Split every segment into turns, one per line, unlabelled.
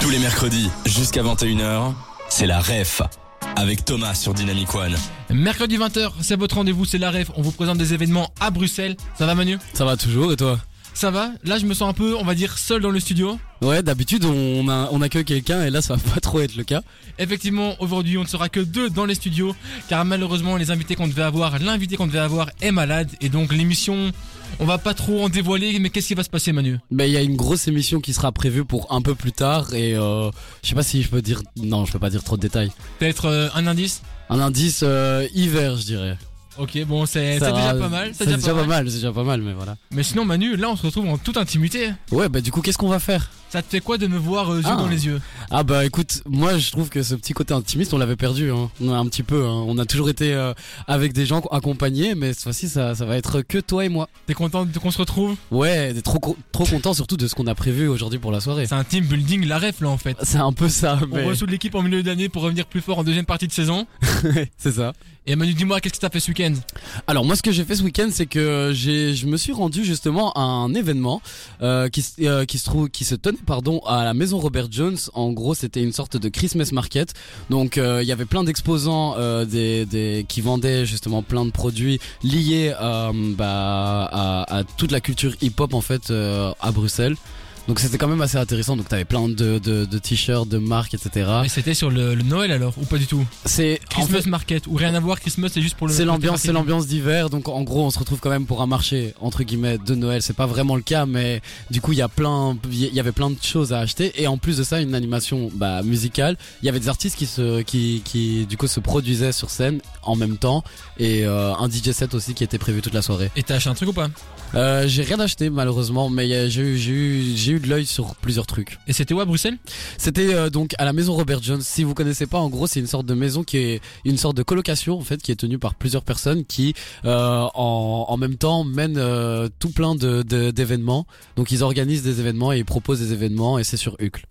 Tous les mercredis, jusqu'à 21h, c'est la REF. Avec Thomas sur Dynamic One.
Mercredi 20h, c'est votre rendez-vous, c'est la ref. On vous présente des événements à Bruxelles. Ça va Manu
Ça va toujours et toi
Ça va Là, je me sens un peu, on va dire, seul dans le studio.
Ouais, d'habitude on, a- on accueille quelqu'un et là ça va pas trop être le cas.
Effectivement, aujourd'hui, on ne sera que deux dans les studios, car malheureusement, les invités qu'on devait avoir, l'invité qu'on devait avoir est malade, et donc l'émission, on va pas trop en dévoiler, mais qu'est-ce qui va se passer, Manu
Mais il y a une grosse émission qui sera prévue pour un peu plus tard et euh, je sais pas si je peux dire... Non, je peux pas dire trop de détails.
Peut-être euh, un indice
Un indice euh, hiver je dirais.
Ok, bon, c'est
Ça
c'est déjà
va-
pas mal.
Eh, C'est
c'est
déjà, pas, mal, c'est déjà pas mal mais voilà.
Mais sinon, Manu, là, on se retrouve en toute intimité.
Ouais, bah du coup qu'est-ce qu'on va faire
Ça te fait quoi de me voir euh, yeux
Ah.
dans les yeux
Ah bah écoute, moi je trouve que ce petit côté intimiste on l'avait perdu hein. On a un petit peu. hein. On a toujours été euh, avec des gens accompagnés mais cette fois-ci ça, ça va être que toi et moi.
T'es content de- qu'on se retrouve
Ouais, trop, co- trop content surtout de ce qu'on a prévu aujourd'hui pour la soirée.
C'est un team building, la ref, là, en fait.
C'est un peu ça, mais
On reçoit l'équipe en milieu d'année pour revenir plus fort en deuxième partie de saison.
c'est ça.
Et Manu, dis-moi, qu'est-ce que t'as fait ce week-end
Alors moi, ce que j'ai fait ce week-end, c'est que j'ai, je me suis rendu justement à un événement euh, qui, se- euh, qui se trouve, qui se tenait pardon à la maison Robert Jones. En gros, c'était une sorte de Christmas market. Donc euh, il y avait plein d'exposants euh, des, des qui vendaient justement plein de produits liés euh, bah, à, à toute la culture hip-hop en fait euh, à Bruxelles. Donc c'était quand même assez intéressant. Donc t'avais plein de, de, de t-shirts, de marques, etc.
Ah, Mais c'était sur le, le Noël alors, ou pas du tout
C'est en
Christmas
fait,
Market, ou rien à voir, Christmas c'est juste pour le.
C'est l'ambiance, c'est
marketing.
l'ambiance d'hiver. Donc en gros, on se retrouve quand même pour un marché entre guillemets de Noël. C'est pas vraiment le cas, mais du coup, il y a plein, il y avait plein de choses à acheter. Et en plus de ça, une animation bah, musicale. Il y avait des artistes qui se, qui, qui du coup se produisaient sur scène en même temps et euh, un DJ set aussi qui était prévu toute la soirée.
Et t'as acheté un truc ou pas
Euh, j'ai rien acheté malheureusement, mais il y a- j'ai eu, j'ai eu, j'ai eu de l'œil sur plusieurs trucs.
Et c'était où à Bruxelles
C'était euh, donc à la maison Robert Jones. Si vous connaissez pas, en gros, c'est une sorte de maison qui est une sorte de colocation en fait, qui est tenue par plusieurs personnes qui, euh, en, en même temps, mènent euh, tout plein de de- d'événements. donc ils organisent des événements et ils proposent des événements et c'est sur Uccle.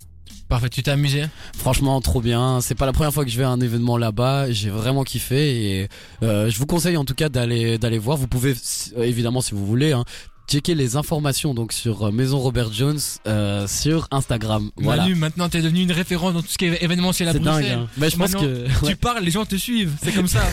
Parfait, tu t'es amusé.
Franchement, trop bien. C'est pas la première fois que je vais à un événement là-bas. J'ai vraiment kiffé et euh, je vous conseille en tout cas d'aller d'aller voir. Vous pouvez si- euh, évidemment si vous voulez. Hein, Checker les informations donc sur euh, Maison Robert Jones euh, sur Instagram. Voilà.
Manu, maintenant t'es devenu une référence dans tout ce qui est événementiel à
C'est dingue.
Bruxelles.
hein. Mais je pense que
Tu parles, les gens te suivent, c'est comme ça.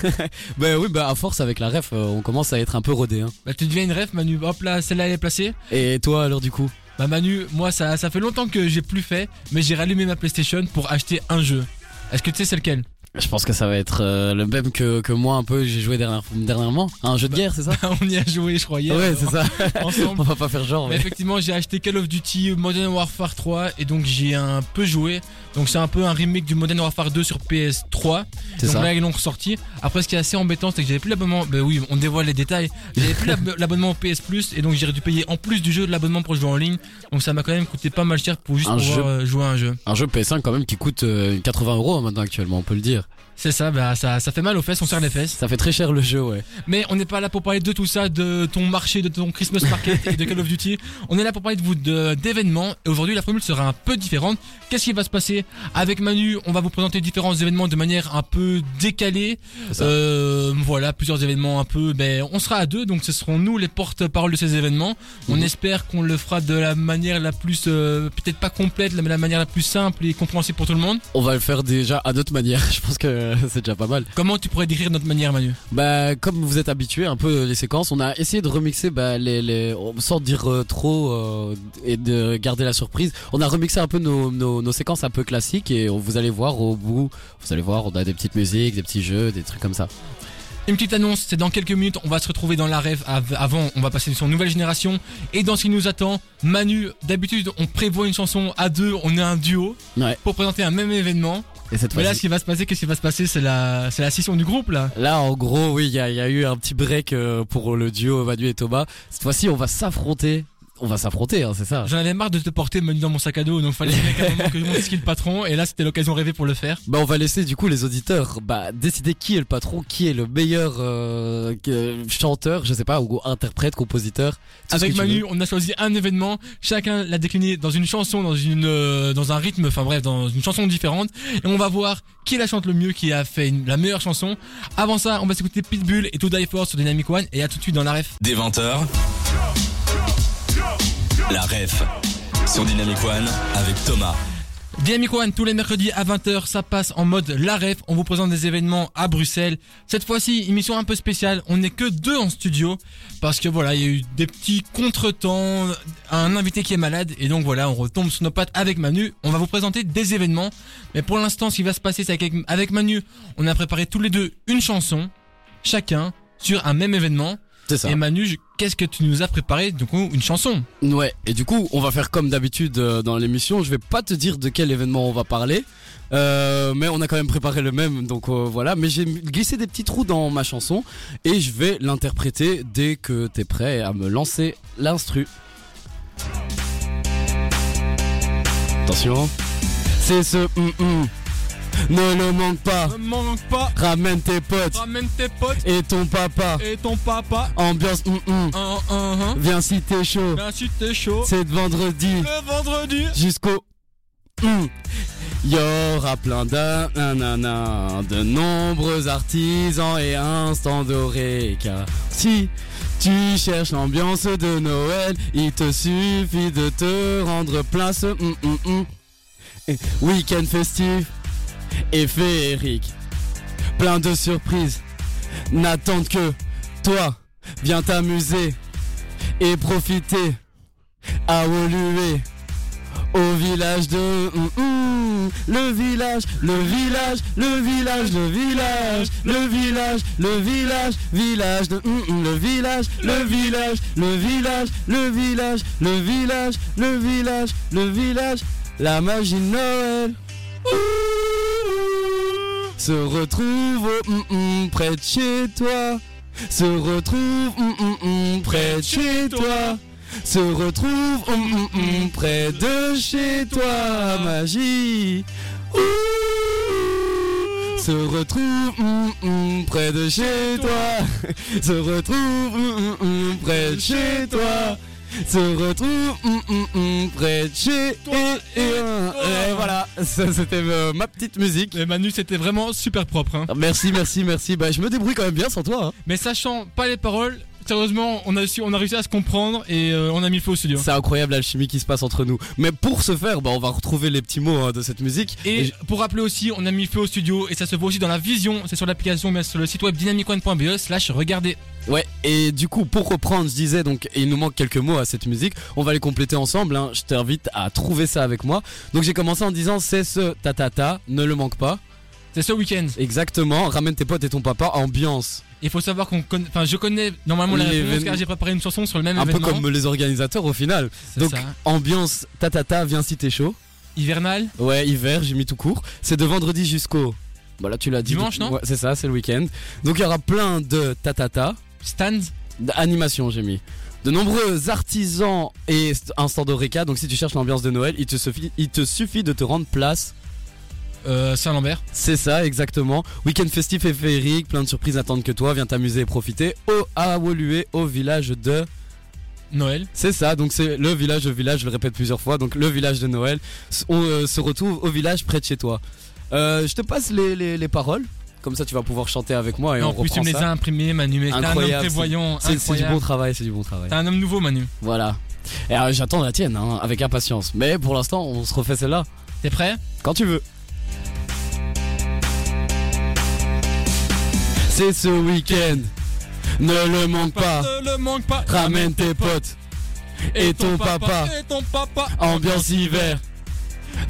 Bah oui, bah à force avec la ref, euh, on commence à être un peu rodé. Hein.
bah, tu deviens une ref, Manu. Hop là, celle-là elle est placée.
Et toi alors du coup
Bah, Manu, moi ça, ça fait longtemps que j'ai plus fait, mais j'ai rallumé ma PlayStation pour acheter un jeu. Est-ce que tu sais c'est lequel
Je pense que ça va être euh, le même que, que moi un peu, j'ai joué dernière- dernièrement. Un jeu de guerre, c'est ça
On y a joué, je croyais.
Ouais, c'est ça.
Ensemble.
on va pas faire genre,
Mais
mais...
effectivement, j'ai acheté Call of Duty Modern Warfare 3 et donc j'ai un peu joué. Donc c'est un peu un remake du Modern Warfare 2 sur PS3.
C'est
donc
ça.
là ils l'ont ressorti. Après ce qui est assez embêtant, c'est que j'avais plus l'abonnement. Bah oui, on dévoile les détails. J'avais plus l'ab- l'abonnement au PS Plus et donc j'aurais dû payer en plus du jeu de l'abonnement pour jouer en ligne. Donc ça m'a quand même coûté pas mal cher pour juste
Un
pouvoir
jeu.
euh, jouer à un jeu.
Un jeu PS5 quand même qui coûte euh, 80 euros maintenant actuellement, on peut le dire.
C'est ça, bah ça, ça fait mal aux fesses, on serre les fesses.
Ça fait très cher le jeu, ouais.
Mais on n'est pas là pour parler de tout ça, de ton marché, de ton Christmas market et de Call of Duty. On est là pour parler de vous de- d'événements. Et aujourd'hui, la formule sera un peu différente. Qu'est-ce qui va se passer avec Manu On va vous présenter différents événements de manière un peu décalée.
C'est ça.
Euh, voilà, plusieurs événements un peu. Ben, on sera à deux, donc ce seront nous les porte-parole de ces événements. On
Mhm.
espère qu'on le fera de la manière la plus, euh, peut-être pas complète, mais la manière la plus simple et compréhensible pour tout le monde.
On va le faire déjà à notre manière, je pense que euh, c'est déjà pas mal.
Comment tu pourrais décrire notre manière, Manu
Bah, comme vous êtes habitué un peu les séquences, on a essayé de remixer bah, les, les sans dire euh, trop euh, et de garder la surprise. On a remixé un peu nos, nos, nos séquences un peu classiques et on- vous allez voir au bout, vous allez voir, on a des petites musiques, des petits jeux, des trucs comme ça.
Une petite annonce, c'est dans quelques minutes, on va se retrouver dans la rêve. Av- Avant, on va passer sur Nouvelle Génération. Et dans ce qui nous attend, Manu, d'habitude, on prévoit une chanson à deux, on est un duo
Ouais.
pour présenter un même événement.
Et cette
Mais là,
fois-ci.
ce qui va se passer, qu'est-ce qui va se passer C'est la, c'est la scission du groupe, là.
Là, en gros, oui, il y a, il y a eu un petit break euh, pour le duo Manu et Thomas. Cette fois-ci, on va s'affronter. On va s'affronter, hein, c'est ça.
J'en avais marre de te porter Manu dans mon sac à dos, donc fallait bien qu'à un moment que je montre ce qu'est le patron. Et là, c'était l'occasion rêvée pour le faire.
Bah, on va laisser du coup les auditeurs bah, décider qui est le patron, qui est le meilleur euh, euh, chanteur, je sais pas, ou interprète, compositeur. tout ce que
Avec
tu
Manu,
veux.
on a choisi un événement. Chacun l'a décliné dans une chanson, dans une, euh, dans un rythme, enfin bref, dans une chanson différente. Et on va voir qui la chante le mieux, qui a fait une- la meilleure chanson. Avant ça, on va s'écouter Pitbull et To Die For sur Dynamic One. Et à tout de suite dans la ref.
Dès 20h, la REF sur Dynamic One avec Thomas.
Dynamic One, tous les mercredis à 20h, ça passe en mode la ref. On vous présente des événements à Bruxelles. Cette fois-ci, émission un peu spéciale. On n'est que deux en studio. Parce que voilà, il y a eu des petits contretemps, un invité qui est malade. Et donc voilà, on retombe sur nos pattes avec Manu. On va vous présenter des événements. Mais pour l'instant, ce qui va se passer, c'est avec, avec Manu, on a préparé tous les deux une chanson, chacun, sur un même événement.
C'est ça.
Et Manu, je- qu'est-ce que tu nous as préparé Du coup, une chanson.
Ouais, et du coup, on va faire comme d'habitude euh, dans l'émission. Je vais pas te dire de quel événement on va parler, euh, mais on a quand même préparé le même, donc euh, voilà. Mais j'ai mis- glissé des petits trous dans ma chanson et je vais l'interpréter dès que t'es prêt à me lancer l'instru. Attention. hein. C'est ce hum, hum. Ne le manque pas,
manque pas,
ramène tes potes
ramène tes potes
et ton papa.
et ton papa.
Ambiance hum, hum.
Un, un, un.
Viens si t'es chaud,
Bien sûr, t'es chaud.
c'est de vendredi.
Le vendredi.
jusqu'au Hmm. Il y aura plein d'un nanana, de nombreux artisans et instants dorés car si tu cherches l'ambiance de Noël, il te suffit de te rendre place. Hmm, hmm, hmm. Et Week-end festif et féerique, plein de surprises n'attendent que toi. Viens t'amuser et profiter à Woluwe. Au village de hum, hum, le village, le village, le village, le village, le village, le village, village de hum, hum, le village, le village, le village, le village, le village, le village, le village, la magie de Noël se retrouve au hum, hum, près de chez toi, se retrouve hum, hum, hum, près de chez toi se retrouve hum, hum, hum, près de chez toi, magie. Ouh, se retrouve hum, hum, près de chez toi, se retrouve hum, hum, hum, près de chez toi. Se retrouve hum, hum, hum, près de chez toi et, et voilà, ça c'était euh, ma petite musique.
Et Eh, Manu, c'était vraiment super propre. hein.
Merci, merci, merci. Bah je me débrouille quand même bien sans toi. hein.
Mais sachant pas les paroles, sérieusement, on a, su- on a réussi à se comprendre et euh, on a mis le feu au studio.
C'est incroyable l'alchimie qui se passe entre nous. Mais pour ce faire, bah, on va retrouver les petits mots hein, de cette musique.
Et pour rappeler aussi, on a mis le feu au studio et ça se voit aussi dans la vision. C'est sur l'application, mais sur le site web dynamicone.be slash regardez.
Ouais, et du coup, pour reprendre, je disais, donc, il nous manque quelques mots à cette musique. On va les compléter ensemble, hein. Je t'invite à trouver ça avec moi. Donc, j'ai commencé en disant, c'est ce ta ta ta, ne le manque pas.
C'est ce week-end.
Exactement, ramène tes potes et ton papa, ambiance.
Il faut savoir qu'on connaît, enfin, je connais normalement la
Les
réponse
événements.
car j'ai préparé une chanson sur le même
Un peu
événement.
comme les organisateurs au final.
C'est
Donc,
ça. hein.
ambiance, ta ta ta, viens si t'es chaud.
Hivernal,
Ouais, hiver, j'ai mis tout court. C'est de vendredi jusqu'au. Voilà, tu l'as dit.
Dimanche, non
Ouais, c'est ça, c'est le week-end. Donc, il y aura plein de ta ta ta.
stand,
d'animation j'ai mis. De nombreux artisans et st- un stand Oreca, donc si tu cherches l'ambiance de Noël, il te, suffit, il te suffit de te rendre place.
euh, Saint-Lambert.
C'est ça, exactement. Week-end festif et féerique, plein de surprises attendent que toi, viens t'amuser et profiter au Awolué, au village de...
Noël,
C'est ça, donc c'est le village, le village, je le répète plusieurs fois, donc le village de Noël, S- on euh, se retrouve au village près de chez toi. Euh, je te passe les, les- les paroles, comme ça tu vas pouvoir chanter avec moi et
Et en
on
plus, tu me
reprend
les
ça.
as imprimés, Manu. mais T'es un homme
Incroyable,
prévoyant.
C'est c'est du bon
incroyable.
travail, c'est du bon travail.
T'es un homme nouveau, Manu.
Voilà. Et euh, j'attends la tienne, hein, avec impatience. Mais pour l'instant, on se refait celle-là.
T'es prêt
Quand tu veux. C'est ce week-end. Ne le manque pas.
Ne le manque pas.
Ramène tes potes. Et ton papa.
Et ton papa.
Ambiance hiver.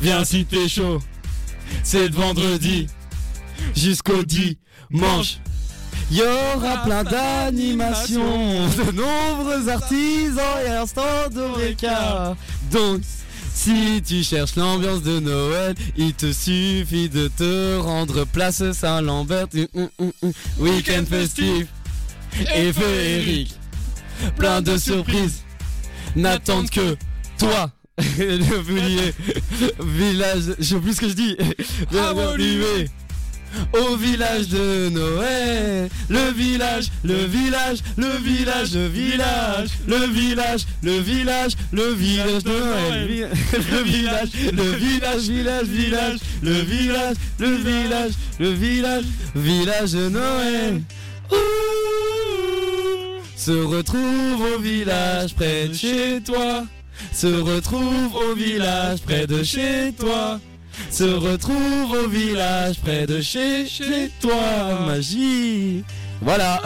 Viens si t'es chaud. C'est de vendredi. Jusqu'au dimanche. Y aura plein d'animations, de nombreux artisans et un stand d'Oreca. Donc, si tu cherches l'ambiance de Noël, il te suffit de te rendre place Saint-Lambert. Hum, hum, hum, hum. Week-end festif et féerique. Plein de surprises n'attendent que toi. Le voulier, village, je sais plus ce que je dis.
Ah, bon, lui.
Bienvenue Au village de Noël, le village, le village, le village, le village, le village, le village, le village de Noël, le village, le village, village, village, le village, le village, le village, village de Noël. Ouh, se retrouve au village près de chez toi. Se retrouve au village près de chez toi. se retrouve au village près de chez, chez toi, magie. Voilà.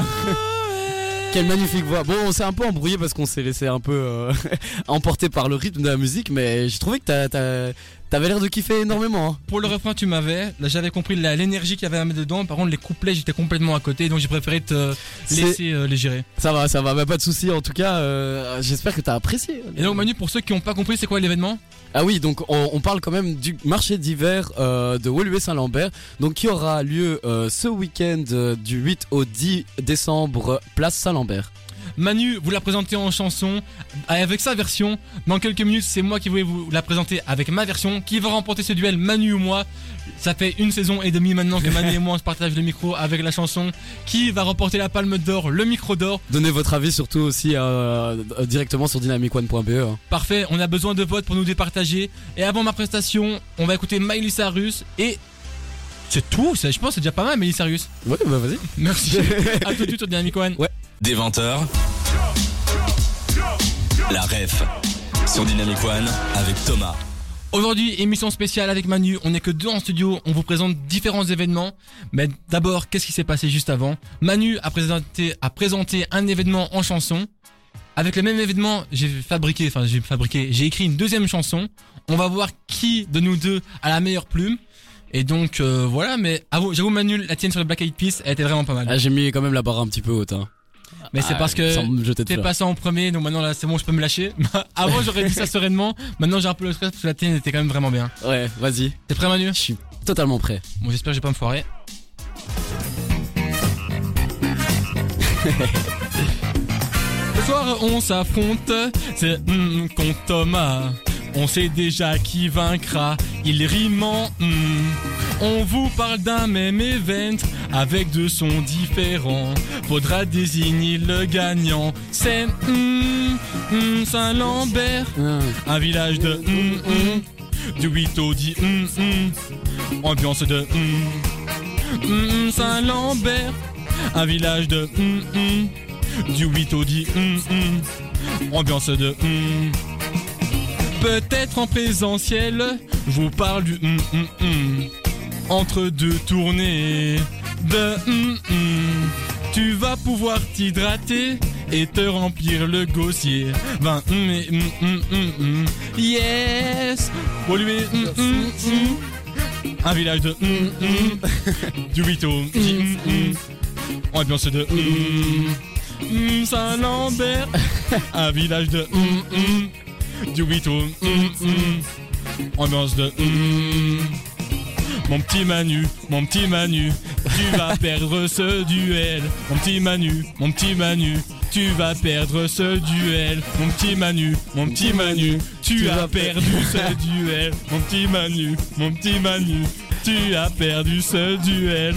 Quelle magnifique voix. Bon, on s'est un peu embrouillé parce qu'on s'est laissé un peu euh, emporter par le rythme de la musique, mais j'ai trouvé que t'as- t'as- t'avais l'air de kiffer énormément. hein.
Pour le refrain, tu m'avais. Là, j'avais compris la- l'énergie qu'il y avait à mettre dedans. Par contre, les couplets, j'étais complètement à côté. Donc, j'ai préféré te
C'est-
laisser euh, les gérer.
Ça va, ça va, bah, pas de souci. En tout cas, euh, j'espère que t'as apprécié.
Et donc, Manu, pour ceux qui n'ont pas compris, c'est quoi l'événement
Ah oui, donc on, on parle quand même du marché d'hiver euh, de Woluwe-Saint-Lambert, donc qui aura lieu euh, ce week-end euh, du 8 au 10 décembre, place Saint-Lambert.
Manu vous la présentez en chanson avec sa version. Dans quelques minutes, c'est moi qui vais vous la présenter avec ma version. Qui va remporter ce duel, Manu ou moi Ça fait une saison et demie maintenant que Manu et moi on se partage le micro avec la chanson. Qui va remporter la palme d'or, le micro d'or
Donnez votre avis surtout aussi euh, d- directement sur dynamicone.be. hein.
Parfait, on a besoin de votes pour nous départager. Et avant ma prestation, on va écouter Miley Cyrus et. C'est tout, ça, je pense, c'est déjà pas mal, Miley Cyrus.
Ouais, bah vas-y.
Merci. à tout de suite sur Dynamic One.
Dès 20h, la ref sur Dynamic One avec Thomas.
Aujourd'hui, émission spéciale avec Manu. On n'est que deux en studio. On vous présente différents événements. Mais d'abord, qu'est-ce qui s'est passé juste avant Manu a présenté, a présenté un événement en chanson. Avec le même événement, j'ai fabriqué, enfin j'ai fabriqué, j'ai écrit une deuxième chanson. On va voir qui de nous deux a la meilleure plume. Et donc euh, voilà, mais avoue- j'avoue Manu, la tienne sur le Black Eyed Peas, elle était vraiment pas mal.
Ah, j'ai mis quand même la barre un petit peu haute. Hein.
Mais c'est
Ah,
parce que
Sans me jeter de
t'es
fleurs.
passé en premier, donc maintenant là c'est bon, je peux me lâcher. Avant j'aurais dit ça sereinement, maintenant j'ai un peu le stress parce que la tienne était quand même vraiment bien.
Ouais, vas-y.
T'es prêt Manu
Je suis totalement prêt.
Bon, j'espère que j'ai pas me foirer. Ce soir, on s'affronte, c'est hum, contre Thomas. On sait déjà qui vaincra, il rime en hum. On vous parle d'un même event avec deux sons différents. Faudra désigner le gagnant. C'est hum, hum, Saint-Lambert.
Ah.
Un village de hum, hum, du 8 au 10 hum, hum. ambiance de hum, hum, Saint-Lambert. Un village de hum, hum, du 8 au 10 hum, hum. ambiance de hum. Peut-être en présentiel, je vous parle du hum, hum, hum. entre deux tournées de hum, hum. Tu vas pouvoir t'hydrater et te remplir le gosier. Vin, hum, et hum, hum, hum, hum. yes, Woluwe, hum, hum, hum. un village de hum, hum. du 8 au 10, hum, hum. ambiance de hum, hum. Saint-Lambert, un village de hum, hum. du 8 au hum, hum. ambiance de hum. Mon petit Manu, mon petit Manu, tu vas perdre ce duel. Mon petit Manu, mon petit Manu, tu vas perdre ce duel. Mon petit Manu, mon petit Manu, tu,
Tu
as
vas per-
perdu ce duel. Mon petit Manu, mon petit Manu, tu as perdu ce duel.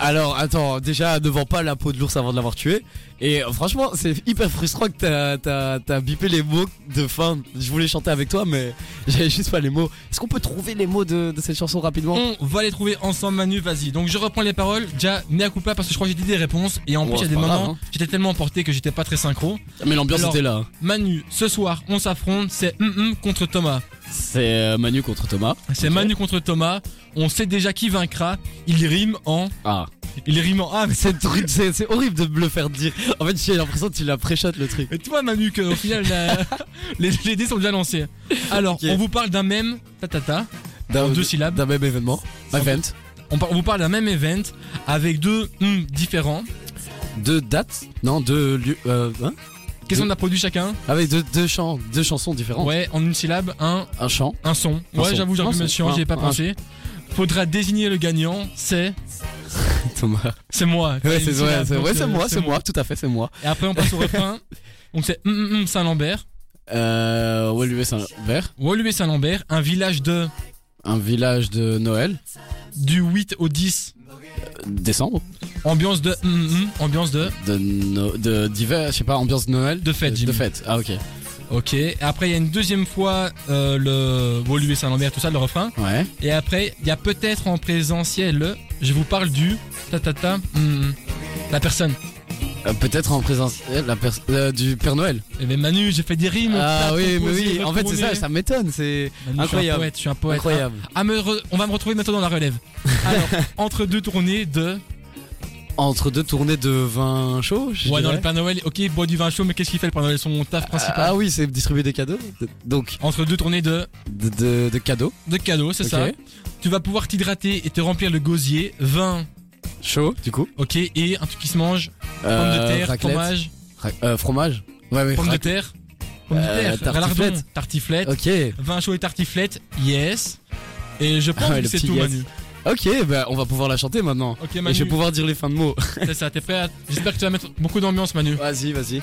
Alors attends, déjà ne vends pas la peau de l'ours avant de l'avoir tué. Et euh, franchement, c'est hyper frustrant que t'as t'as t'as bipé les mots de fin. Je voulais chanter avec toi, mais j'avais juste pas les mots. Est-ce qu'on peut trouver les mots de, de cette chanson rapidement
On va les trouver ensemble, Manu, vas-y. Donc je reprends les paroles. Déjà, mea culpa parce que je crois que j'ai dit des réponses. Et en
Ouais,
plus, il y a
c'est
des
pas
moments,
grave, hein.
j'étais tellement emporté que j'étais pas très synchro.
Ah, Mais l'ambiance
Alors-
était là. hein.
Manu, ce soir, on s'affronte, c'est hum hum contre Thomas.
C'est euh, Manu contre Thomas.
C'est
Ok.
Manu contre Thomas. On sait déjà qui vaincra. Il rime en.
Ah,
Il rime en. Ah, mais
c'est truc, c'est c'est horrible de me le faire dire. En fait, j'ai l'impression que tu l'as préchote le truc.
mais tu vois, Manu, qu'au final, la- les, les dés sont déjà lancés. Alors,
Ok.
on vous parle d'un même. Ta ta ta.
D'un
En deux syllabes.
d'un même événement. Event.
On, par- on vous parle d'un même event avec deux hum différents.
Deux dates. Non, deux lieux. Euh, hein
Qu'est-ce qu'on a produit chacun
Avec deux deux chants, deux chansons différentes.
Ouais, en une syllabe, un,
Un chant.
un son.
Un
ouais,
son.
j'avoue, j'aurais
Un
pu
son.
me chiant, j'y ai pas
Un-
pensé. Faudra désigner le gagnant, c'est.
Thomas.
C'est moi.
Ouais,
Une
c'est ouais,
syllabe,
c'est
donc,
ouais, c'est
euh,
moi, c'est moi, tout à fait, c'est moi.
Et après, on passe au refrain. Donc, c'est hum hum hum Saint-Lambert.
Euh, Woluwe Saint-Lambert,
Woluwe Saint-Lambert, un village de.
un village de Noël,
du 8 au 10.
euh, décembre,
Ambiance de hum, hum, ambiance de
de no- de d'hiver, je sais pas, ambiance de Noël.
De fête,
Euh, De
Jimmy.
fête. Ah ok.
OK. Et après il y a une deuxième fois euh, le Woluwe Saint-Lambert tout ça le refrain
Ouais.
et après il y a peut-être en présentiel je vous parle du ta ta ta hum, hum, la personne
Euh, Peut-être en présence euh, la pers- euh, du Père Noël.
Et mais Eh ben, Manu, j'ai fait des rimes.
Ah
putain,
oui, mais
composées,
oui, en fait c'est ça,
retournées.
ça m'étonne, c'est
Manu,
incroyable.
Je suis un poète, je suis un poète.
incroyable.
Ah, me re- on va me retrouver maintenant dans la relève. Alors, entre deux tournées de.
Entre deux tournées de vin chaud, je
ah. Ouais,
dirais.
non, le Père Noël, ok, il boit du vin chaud, mais qu'est-ce qu'il fait le Père Noël Son taf principal.
Ah oui, c'est distribuer des cadeaux. De- Donc,
Entre deux tournées de,
de, de- de cadeaux.
de cadeaux, c'est
Ok.
ça. Tu vas pouvoir t'hydrater et te remplir le gosier, vin,
Chaud, du coup.
ok, et un truc qui se mange, pommes de
Euh,
terre,
raclette.
fromage,
Ra- euh, fromage. Ouais, mais
pommes de
rac-
terre, pommes de
Euh,
terre,
tartiflette.
galardon, tartiflette,
Ok,
vin chaud et tartiflette, yes. Et je pense
Ah ouais,
que
le
c'est
petit
tout,
yes.
Manu.
ok, bah on va pouvoir la chanter maintenant.
Ok,
Et je
Manu,
vais pouvoir dire les fins de mots.
c'est ça, t'es prêt à- J'espère que tu vas mettre beaucoup d'ambiance, Manu.
Vas-y, vas-y.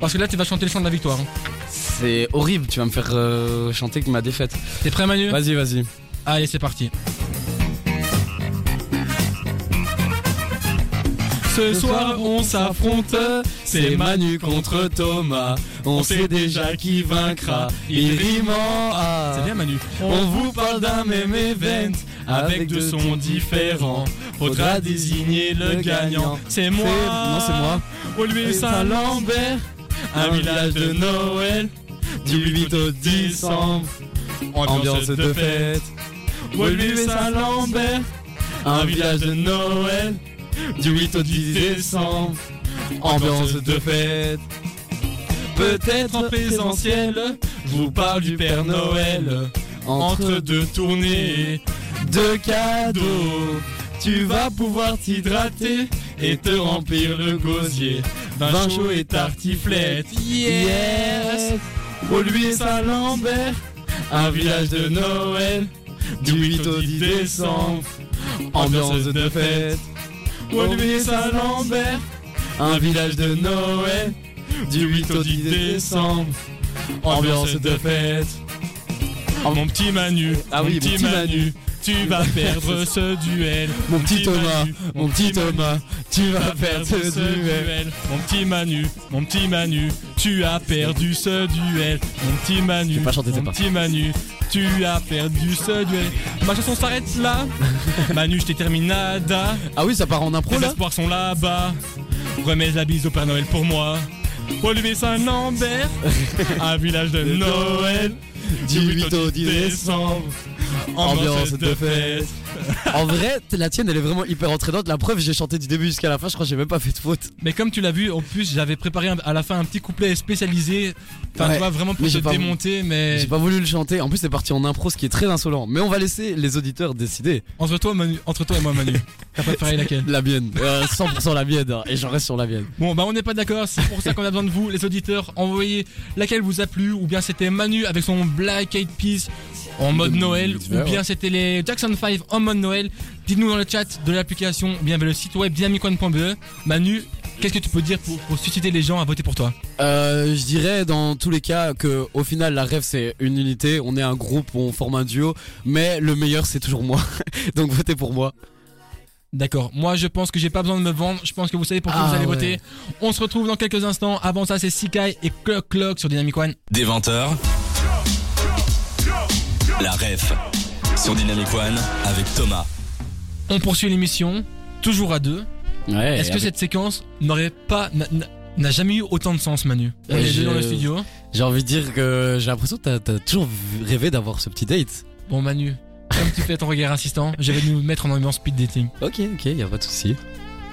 Parce que là, tu vas chanter le chant de la victoire. hein.
C'est horrible, tu vas me faire euh, chanter que ma défaite.
T'es prêt, Manu
Vas-y, vas-y.
Allez, c'est parti. Ce soir, on s'affronte.
C'est Manu contre Thomas. On sait déjà qui vaincra. Il rime en
C'est
A.
bien, Manu.
On vous parle d'un même event
Avec deux sons différents, faudra désigner le gagnant. C'est moi.
Non, c'est moi.
Au lieu Saint-Lambert, un village de Noël.
Du 8 au 10 décembre, ambiance de fête.
Au lieu Saint-Lambert,
Un village de Noël. Du 8 au 10 décembre, ambiance de fête.
peut-être en présentiel. Je vous parle du Père Noël. Entre deux tournées,
deux cadeaux.
d'eau, tu vas pouvoir t'hydrater et te remplir le gosier. Vin chaud et tartiflette. Yes!
Au lui
Saint-Lambert, un village de Noël, du 8 au 10 décembre, ambiance de fête. Olivier Saint-Lambert,
un
un village
village
de Noël, du 8 au 10 décembre, ambiance de fête.
Ah,
Mon petit Manu,
Ah oui,
mon petit Manu, tu vas perdre ce duel.
Mon petit Thomas,
Manu,
mon petit Thomas, tu
tu
vas
as
perdre ce duel.
Mon petit Manu, mon petit Manu, tu as perdu ce duel. Mon petit Manu,
Je peux pas chanter, c'est
mon
pas.
petit Manu, tu as perdu ce duel. Ma chanson s'arrête là. Manu, je t'ai terminada.
Ah oui, ça part en impro
Les
là
espoirs sont là-bas. Remets la bise au Père Noël pour moi. Olivier Saint-Lambert, un village de Noël.
Du 8 au 10 décembre.
décembre, ambiance de fête.
En vrai, t- la tienne elle est vraiment hyper entraînante. La preuve, j'ai chanté du début jusqu'à la fin, je crois que j'ai même pas fait de faute.
Mais comme tu l'as vu, en plus j'avais préparé un- à la fin un petit couplet spécialisé. Enfin,
Ouais.
tu vois, vraiment pour
Mais
te
j'ai pas-
démonter, mais.
J'ai pas voulu le chanter. En plus, c'est parti en impro, ce qui est très insolent. Mais on va laisser les auditeurs décider.
Entre toi, Manu- entre toi et moi, Manu. T'as préféré laquelle
La mienne. Euh, 100% la mienne. hein. Et j'en reste sur la mienne.
Bon, bah on n'est pas d'accord, c'est pour ça qu'on a besoin de vous, les auditeurs. Envoyez laquelle vous a plu, ou bien c'était Manu avec son Black Eyed Peas en mode
De-
Noël,
d'hiver,
ou bien
ouais.
c'était les Jackson 5 en mode Noël. Dites-nous dans le chat de l'application, ou bien vers le site web dynamicone.be. Manu, qu'est-ce que tu peux dire pour, pour susciter les gens à voter pour toi
Euh, je dirais dans tous les cas que au final la rêve c'est une unité, on est un groupe, on forme un duo, mais le meilleur c'est toujours moi. Donc votez pour moi.
D'accord, moi je pense que j'ai pas besoin de me vendre, je pense que vous savez pour qui
Ah
vous allez
ouais.
voter. On se retrouve dans quelques instants, avant ça c'est Sikai et Clock Clock sur Dynamic One.
Dès 20h, la ref sur Dynamic One avec Thomas.
On poursuit l'émission, toujours à deux.
Ouais.
Est-ce que cette séquence n'aurait pas n'a- n'a- n'a jamais eu autant de sens, Manu On
Euh,
est deux
je-
dans le studio.
J'ai envie de dire que j'ai l'impression que t'as- t'as toujours rêvé d'avoir ce petit date.
Bon, Manu, comme tu fais ton regard insistant, je vais nous mettre en ambiance speed dating.
Ok, ok, y a pas de souci.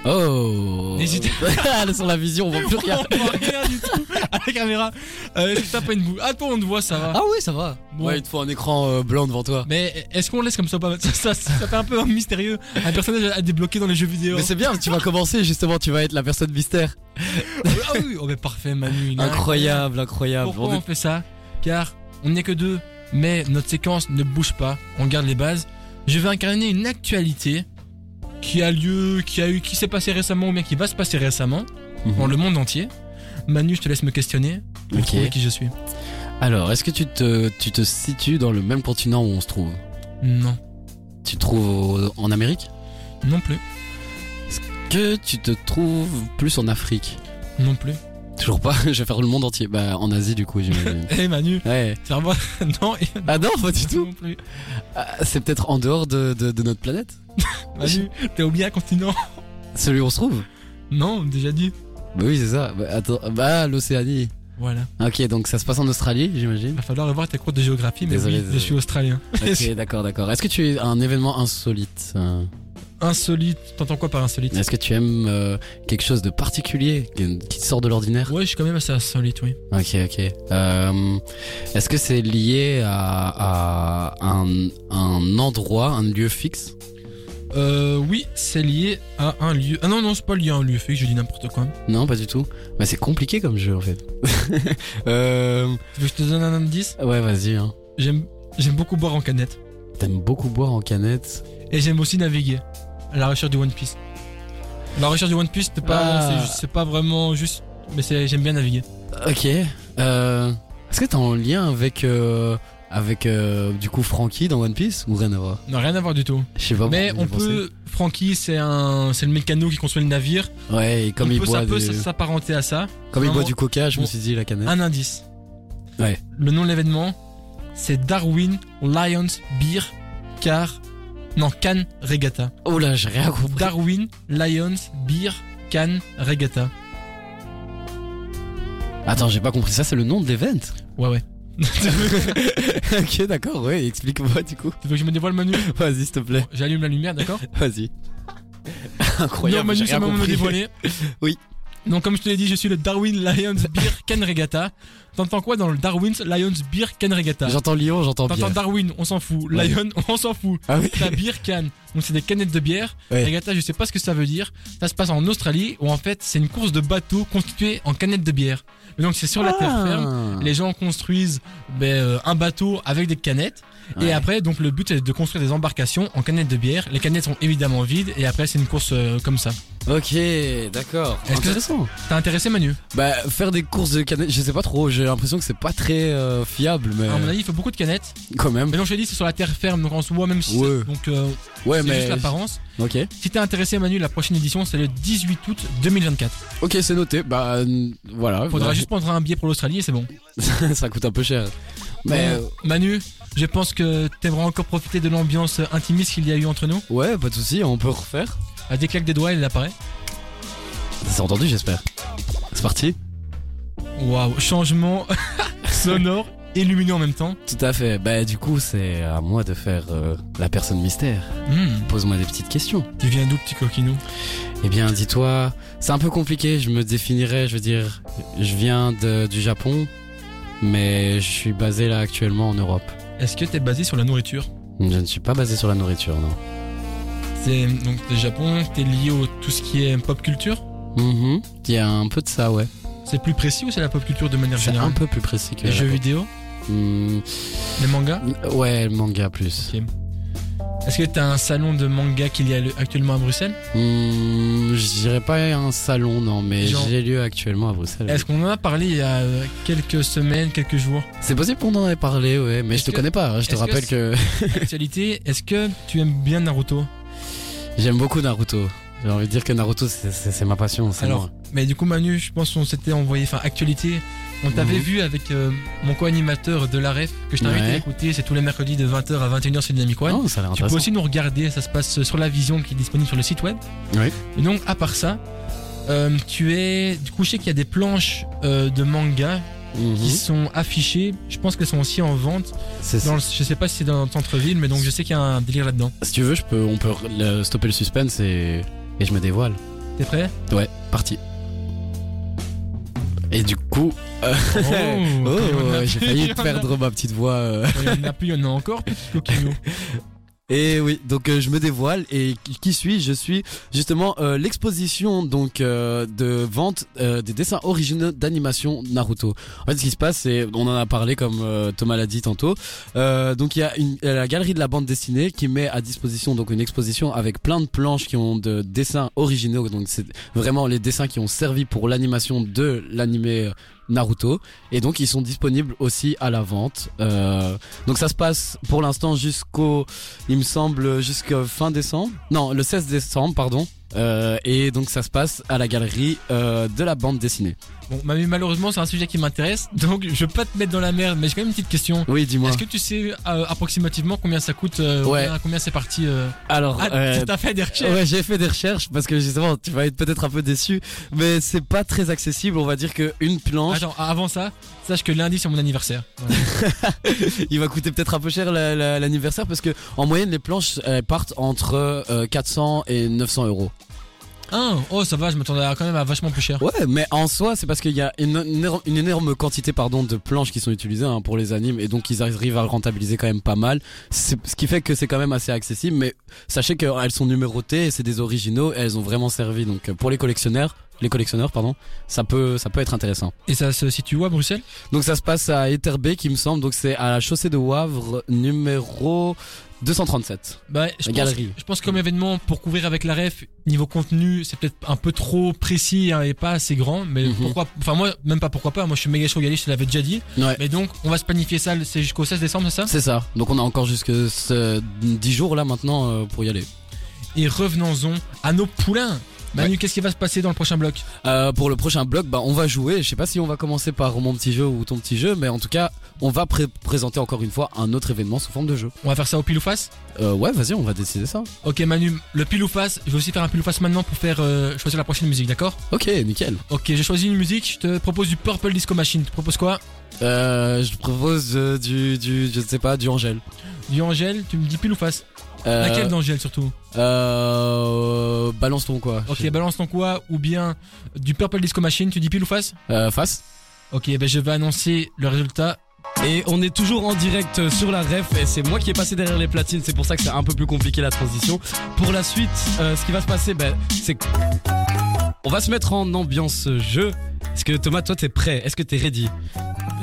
Oh.
N'hésite-
Ah, là, sur la vision, on voit plus rien.
On voit rien du tout à la caméra. Euh, Est-ce que t'as pas une boule Attends, on te voit, ça va.
Ah oui, ça va.
Bon.
Ouais, il te faut un écran euh, blanc devant toi.
Mais est-ce qu'on laisse comme ça ou pas ça, ça, ça fait un peu mystérieux. Un personnage à débloquer dans les jeux vidéo.
Mais c'est bien, tu vas commencer justement, tu vas être la personne mystère.
Ah oui, oh, mais parfait, Manu. il est
Incroyable, incroyable.
Pourquoi
On est-
on fait ça Car on n'est que deux, mais notre séquence ne bouge pas, on garde les bases. Je vais incarner une actualité qui a lieu, qui a eu, qui s'est passée récemment ou bien qui va se passer récemment
Mhm.
dans le monde entier. Manu, je te laisse me questionner pour
Ok.
trouver qui je suis.
Alors, est-ce que tu te, tu te situes dans le même continent où on se trouve
Non,
Tu te trouves au- en Amérique
non plus,
Que tu te trouves plus en Afrique
non plus.
Toujours pas, je vais faire le monde entier. Bah, en Asie du coup, j'imagine.
Eh Manu,
ouais.
c'est vraiment non, et-
Ah non, pas du tout
non plus.
Ah, C'est peut-être en dehors de, de- de notre planète
Manu, t'as oublié un continent
Celui où on se trouve
Non, déjà dit.
Bah oui, c'est ça. Bah, attends, bah l'Océanie.
Voilà.
Ok, donc ça se passe en Australie, j'imagine.
Il va falloir revoir ta cours de géographie, mais
Désolé,
oui,
désolé.
je suis australien.
Ok, d'accord, d'accord. Est-ce que tu es un événement insolite euh,
Insolite, t'entends quoi par insolite
Est-ce que tu aimes euh, quelque chose de particulier qui qui te sort de l'ordinaire
Ouais, je suis quand même assez insolite, oui.
Ok, ok. Euh, Est-ce que c'est lié à, à un, un endroit, un lieu fixe
Euh, oui, c'est lié à un lieu. Ah non, non, c'est pas lié à un lieu fixe, je dis n'importe quoi.
Non, pas du tout. Bah, c'est compliqué comme jeu en fait. euh,
Tu veux que je te donne un indice
ouais, vas-y. Hein.
J'aime j'aime beaucoup boire en canette.
T'aimes beaucoup boire en canette.
Et j'aime aussi naviguer à la recherche du One Piece. La recherche du One Piece, c'est pas,
Ah.
c'est juste- c'est pas vraiment juste. Mais c'est- j'aime bien naviguer.
Ok. Euh, Est-ce que t'es en lien avec euh, avec euh, du coup Frankie dans One Piece ou rien à voir
Non, rien à voir du tout.
Je sais pas.
mais
pourquoi
on
j'ai pensé.
peut. Frankie, c'est un, c'est le mécano qui construit le navire.
Ouais, et comme
On
il
peut-
boit
ça peut
des-
s'apparenter à ça.
comme il boit
vraiment-
du coca, je me
on-
suis dit la canette.
Un indice.
Ouais.
Le nom de l'événement, c'est Darwin Lions Beer Car. Non, Cannes Regatta.
Oh là, j'ai rien compris.
Darwin Lions Beer Cannes Regatta.
Attends, j'ai pas compris ça, c'est le nom de l'event.
Ouais, ouais. tu veux
ok, d'accord, ouais, explique-moi du coup.
tu veux que je me dévoile, Manu
Vas-y, s'il te plaît,
J'allume la lumière, d'accord
vas-y. Incroyable,
Non, Manu,
j'ai
c'est
rien
le moment de me
compris.
dévoiler.
Oui.
Donc, comme je te l'ai dit, je suis le Darwin Lions Beer Can Regatta. T'entends quoi dans le Darwin's Lions Beer Can Regatta
J'entends Lyon, j'entends bien.
T'entends Darwin, on s'en fout.
Ouais.
Lion, on s'en fout.
Ah oui.
La bière canne. Donc, c'est des canettes de bière.
Ouais.
Regatta, je sais pas ce que ça veut dire. Ça se passe en Australie où en fait, c'est une course de bateaux constituée en canettes de bière. Et donc, c'est sur la
Ah.
terre ferme. Les gens construisent ben, euh, un bateau avec des canettes.
Ouais.
Et après, donc le but est de construire des embarcations en canettes de bière. Les canettes sont évidemment vides. Et après, c'est une course euh, comme ça.
Ok, d'accord.
Est-ce que-
Intéressant.
T'as intéressé Manu
Bah, faire des courses de canettes, je sais pas trop, j'ai l'impression que c'est pas très euh, fiable, mais
À mon avis, il faut beaucoup de canettes.
quand même.
Mais non, je t'ai dit, c'est sur la terre ferme. Donc en soi, même si
Ouais.
c'est- donc, euh,
Ouais,
c'est
mais.
juste l'apparence.
Ok.
Si t'es intéressé Manu, la prochaine édition, c'est le 18 août 2024.
Ok, c'est noté. Bah, euh, voilà.
Faudra
Bah,
juste prendre un billet pour l'Australie et c'est bon.
ça coûte un peu cher. Mais. euh,
Bon, Manu, je pense que t'aimerais encore profiter de l'ambiance intimiste qu'il y a eu entre nous.
euh, Ouais, pas de soucis, on peut refaire.
À des claques des doigts, il apparaît.
C'est entendu, j'espère. C'est parti.
Waouh, changement sonore et lumineux en même temps.
Tout à fait. Bah, du coup, c'est à moi de faire euh, la personne mystère.
Hmm,
Pose-moi des petites questions.
tu viens d'où, petit coquinou
Eh bien, dis-toi, c'est un peu compliqué, je me définirais, je veux dire, je viens de- du Japon, mais je suis basé là actuellement en Europe.
Est-ce que t'es basé sur la nourriture
Je ne suis pas basé sur la nourriture, non.
C'est donc le Japon, t'es lié au tout ce qui est pop culture
Mhm. Il y a un peu de ça, ouais.
C'est plus précis ou c'est la pop culture de manière
C'est un
générale
peu plus précis que...
Les
la
jeux
Europe.
vidéo
Mhm.
Les mangas
Ouais, le manga plus.
Ok. Est-ce que t'as un salon de manga qu'il y a le- actuellement à Bruxelles
Mhm, je dirais pas un salon, non, mais
Genre-
j'ai lieu actuellement à Bruxelles.
Est-ce qu'on en a parlé il y a euh, quelques semaines, quelques jours
C'est possible qu'on en ait parlé, ouais, mais je
Est-ce
te
que-
connais pas, hein, je te
est-ce que
rappelle que,
Actualité, est-ce que tu aimes bien Naruto
j'aime beaucoup Naruto. J'ai envie de dire que Naruto, c'est- c'est c'est ma passion, c'est
Alors,
moi.
Mais du coup, Manu, je pense qu'on s'était envoyé, enfin, actualité. On t'avait
Mhm.
vu avec euh, mon co-animateur de la ref, que je t'invite
Ouais.
à écouter, c'est tous les mercredis de 20h à 21h sur Dynamic One.
Non, ça a l'air
tu peux
intéressant.
aussi nous regarder, ça se passe sur la vision qui est disponible sur le site web.
Oui.
Et donc, à part ça, euh, tu es. Du coup, je sais qu'il y a des planches euh, de manga
Mhm.
qui sont affichées. Je pense qu'elles sont aussi en vente.
C'est ça.
Dans le- je sais pas si c'est dans le centre-ville, mais donc je sais qu'il y a un délire là-dedans.
Si tu veux, je peux, on peut le- stopper le suspense et, et je me dévoile.
T'es prêt
Ouais, parti. Et du coup,
Oh,
oh,
il y en a
j'ai
plus, il y
failli
en a
perdre ma petite voix. euh.
Il y en a plus, il y en a encore, petit coquillot.
Et oui, donc euh, je me dévoile et qui- qui suis-je Je suis justement euh, l'exposition donc euh, de vente euh, des dessins originaux d'animation Naruto. En fait, ce qui se passe, c'est on en a parlé comme euh, Thomas l'a dit tantôt. Euh, donc il y a une, il y a la galerie de la bande dessinée qui met à disposition donc une exposition avec plein de planches qui ont de dessins originaux. Donc c'est vraiment les dessins qui ont servi pour l'animation de l'animé euh, Naruto et donc ils sont disponibles aussi à la vente. Euh, donc ça se passe pour l'instant jusqu'au il me semble jusqu'à fin décembre. Non, le 16 décembre, pardon.
Euh, et donc ça se passe à la galerie euh, de la bande dessinée.
Bon, Manu, malheureusement, c'est un sujet qui m'intéresse, donc je vais pas te mettre dans la merde, mais j'ai quand même une petite question.
Oui, dis-moi.
Est-ce que tu sais euh, approximativement combien ça coûte euh,
Ouais.
combien, combien c'est parti euh...
Alors,
Ah,
euh,
t'as fait des recherches
Ouais, j'ai fait des recherches parce que justement, tu vas être peut-être un peu déçu, mais c'est pas très accessible. On va dire qu'une planche,
Attends, avant ça, sache que lundi c'est mon anniversaire. Voilà. Ah,
il va coûter peut-être un peu cher la- la- l'anniversaire parce que en moyenne, les planches elles partent entre euh, 400 et 900 euros.
Ah, oh ça va, je m'attendais à- quand même à vachement plus cher.
Ouais, mais en soi, c'est parce qu'il y a une, une énorme- une énorme quantité pardon, de planches qui sont utilisées hein, pour les animes et donc ils arrivent à le rentabiliser quand même pas mal. C'est- Ce qui fait que c'est quand même assez accessible, mais sachez qu'elles sont numérotées, et c'est des originaux et elles ont vraiment servi. Donc euh, pour les collectionneurs, les collectionneurs, pardon, ça peut, ça peut être intéressant.
Et ça se situe où à Bruxelles
Donc ça se passe à Etterbeek, qui me semble, donc c'est à la chaussée de Wavre numéro 237.
Bah, je
La
pense,
galerie.
je pense que comme événement pour couvrir avec la ref, niveau contenu, c'est peut-être un peu trop précis hein, et pas assez grand. Mais
Mhm.
pourquoi Enfin, moi, même pas pourquoi pas. Moi, je suis méga chaud, Gali, je te l'avais déjà dit.
Ouais.
Mais donc, on va se planifier ça. C'est jusqu'au 16 décembre, c'est ça
C'est ça. Donc on a encore jusque ce- 10 jours là maintenant euh, pour y aller.
Et revenons-en à nos poulains. Manu, qu'est-ce qui va se passer dans le prochain bloc
Euh, pour le prochain bloc, bah, on va jouer. Je sais pas si on va commencer par mon petit jeu ou ton petit jeu, mais en tout cas, on va pré- présenter encore une fois un autre événement sous forme de jeu.
On va faire ça au pile ou face
Euh, ouais, vas-y, on va décider ça.
Ok, Manu, le pile ou face. Je vais aussi faire un pile ou face maintenant pour faire euh, choisir la prochaine musique, d'accord
Ok, nickel.
Ok, j'ai choisi une musique. Je te propose du Purple Disco Machine. Tu proposes quoi
Euh, je propose euh, du, du, je ne sais pas, du Angèle.
Du Angèle. Tu me dis pile ou face
Euh,
Laquelle d'Angèle surtout
euh, balance ton quoi.
Ok, balance ton quoi Ou bien du Purple Disco Machine, tu dis pile ou face
Euh, face.
Ok, ben je vais annoncer le résultat.
Et on est toujours en direct sur la ref et c'est moi qui ai passé derrière les platines, c'est pour ça que c'est un peu plus compliqué la transition. Pour la suite, euh, ce qui va se passer, ben, c'est que- on va se mettre en ambiance jeu. Est-ce que Thomas, toi, t'es prêt Est-ce que t'es ready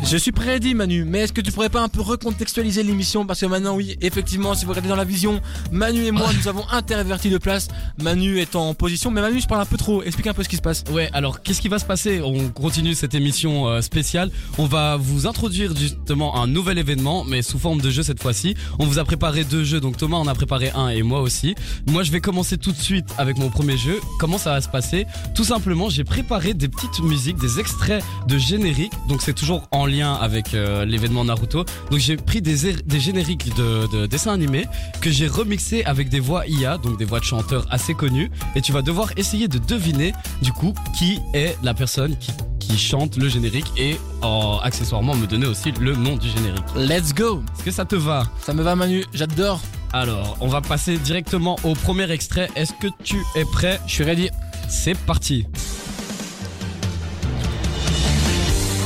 Je suis prêt, dit Manu, mais est-ce que tu pourrais pas un peu recontextualiser l'émission Parce que maintenant, oui, effectivement, si vous regardez dans la vision, Manu et moi, nous avons interverti de place. Manu est en position, mais Manu, je parle un peu trop. Explique un peu ce qui se passe.
Ouais, alors qu'est-ce qui va se passer On continue cette émission euh, spéciale. On va vous introduire justement un nouvel événement, mais sous forme de jeu cette fois-ci. On vous a préparé deux jeux, donc Thomas en a préparé un et moi aussi. Moi, je vais commencer tout de suite avec mon premier jeu. Comment ça va se passer Tout simplement, j'ai préparé des petites musiques, des extraits de génériques. Donc c'est toujours en lien avec euh, l'événement Naruto. Donc j'ai pris des, er- des génériques de, de dessins animés que j'ai remixés avec des voix IA, donc des voix de chanteurs assez connues. Et tu vas devoir essayer de deviner du coup qui est la personne qui, qui chante le générique et oh, accessoirement me donner aussi le nom du générique.
Let's go
Est-ce que ça te va
Ça me va, Manu, j'adore.
Alors, on va passer directement au premier extrait. Est-ce que tu es prêt
Je suis ready.
C'est parti.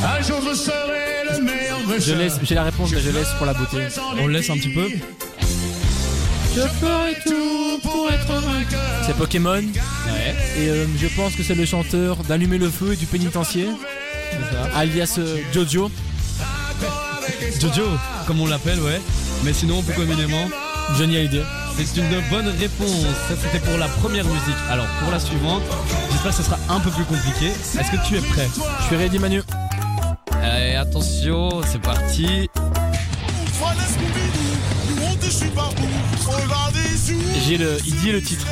Un jour je serai le meilleur
Je laisse, j'ai la réponse, mais je laisse pour la beauté.
On laisse un petit peu.
Je ferai tout pour être vainqueur. C'est Pokémon,
Ouais.
et euh, je pense que c'est le chanteur d'Allumer le feu et du pénitencier, alias euh, Jojo.
Jojo, comme on l'appelle, ouais. Mais sinon, plus communément,
Johnny Hallyday.
c'est une bonne réponse. Ça, c'était pour la première musique. Alors, pour la suivante, j'espère que ce sera un peu plus compliqué. Est-ce que tu es prêt
Je suis ready, Manu.
Allez, attention, c'est parti.
Voilà Scooby-Doo, du monde, je suis partout. On va des sous.
J'ai le, il dit le titre.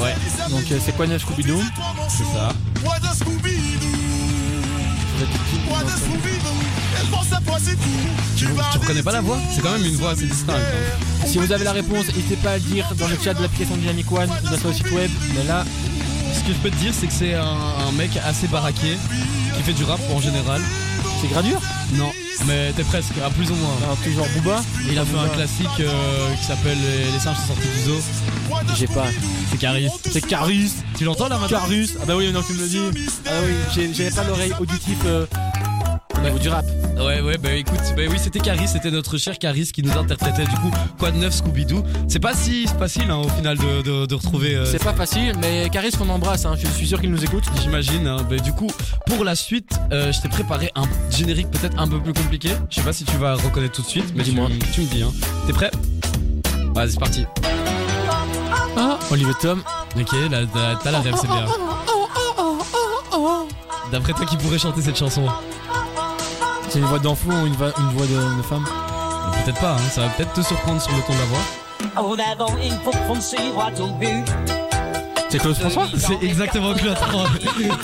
Ouais,
Donc euh, c'est quoi Neuf Scooby-Doo
c'est ça.
Voilà Scooby-Doo, voilà Scooby-Doo. Elle pense à toi, c'est tout. Tu vas
Tu
des
reconnais pas la voix C'est quand même une voix assez distincte. hein.
Si vous avez la réponse, n'hésitez pas à le dire dans le chat de l'application Dynamic One ou dans notre site web. Mais là,
Ce que je peux te dire, c'est que c'est un, un mec assez baraqué qui fait du rap en général.
c'est gradure
Non, mais t'es presque, à plus ou moins.
Un truc genre Booba
Il a fait un classique euh, qui s'appelle Les- Les singes sont sortis du zoo.
J'ai pas.
C'est Caris.
C'est Carus
Tu l'entends là maintenant
Carus Ah bah oui, maintenant que tu me le dis. Ah oui, j'ai- j'avais pas l'oreille auditive euh, au niveau du rap.
Ouais, ouais, bah écoute, bah oui, c'était Caris, c'était notre cher Caris qui nous interprétait du coup Quoi de neuf Scooby-Doo. C'est pas si facile hein, au final de, de- de retrouver. euh,
C'est pas facile, mais Caris qu'on embrasse, hein, je suis sûr qu'il nous écoute.
J'imagine, hein. Bah, du coup, pour la suite, euh, je t'ai préparé un générique peut-être un peu plus compliqué. Je sais pas si tu vas reconnaître tout de suite, mais tu,
Dis-moi.
tu me dis. Hein. T'es prêt Vas-y, c'est parti.
Ah, Olivier Tom.
Ok, là, t'as- t'as la rêve, c'est bien. D'après toi, qui pourrait chanter cette chanson
C'est une voix d'enfant ou une, va- une voix de, de femme
Peut-être pas, hein. ça va peut-être te surprendre sur le ton de la voix.
En avant, il faut foncer droit au but.
C'est Claude François
C'est exactement Claude François.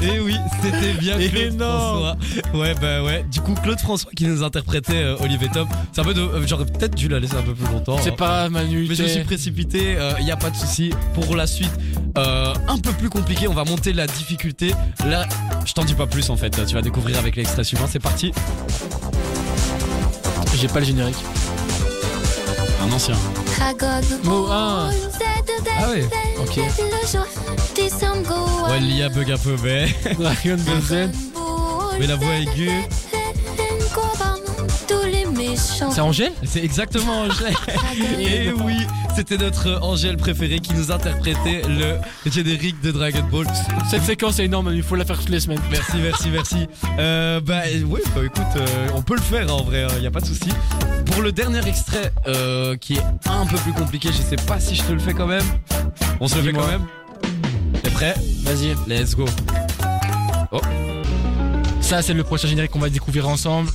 Et oui, c'était bien
Et
Claude
énorme.
François. Ouais, bah ouais. Du coup, Claude François qui nous interprétait euh, Olivier Top. C'est un peu de. euh, J'aurais peut-être dû la laisser un peu plus longtemps.
C'est
hein.
pas Manu.
Mais je me
t'es-
suis précipité, il n'y a pas de souci. Pour la suite, euh, un peu plus compliqué, on va monter la difficulté. Là, je t'en dis pas plus en fait, tu vas découvrir avec l'extrait suivant, c'est parti.
J'ai pas le générique.
Un ancien.
Mot 1.
Ah ouais
Ok.
Ouais, l'IA bug un peu, mais,
Dragon Ball Z.
mais la voix aiguë.
C'est Angèle
C'est exactement Angèle. Et oui, c'était notre Angèle préférée qui nous interprétait le générique de Dragon Ball.
Cette séquence est énorme, il faut la faire toutes les semaines.
Merci, merci, merci. Euh, bah oui, bah écoute, euh, on peut le faire hein, en vrai, il y a pas de souci. Pour le dernier extrait euh, qui est un peu plus compliqué, je sais pas si je te le fais quand même. On se le fait
Dis-moi.
quand même. T'es prêt
Vas-y.
Let's go.
Ça, c'est le prochain générique qu'on va découvrir ensemble.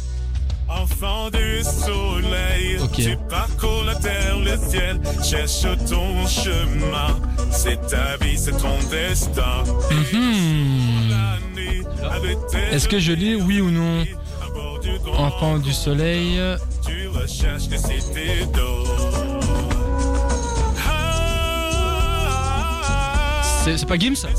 Enfant du soleil,
Ok.
tu parcours la terre, le ciel, cherche ton chemin. C'est ta vie, c'est ton destin.
Hmm.
La nuit, avec tes
Est-ce que je lis oui ou non
yeux, à bord du grand,
Enfant du soleil. euh,
tu recherches des cités d'eau. Ah,
C'est c'est pas Gims
Esteban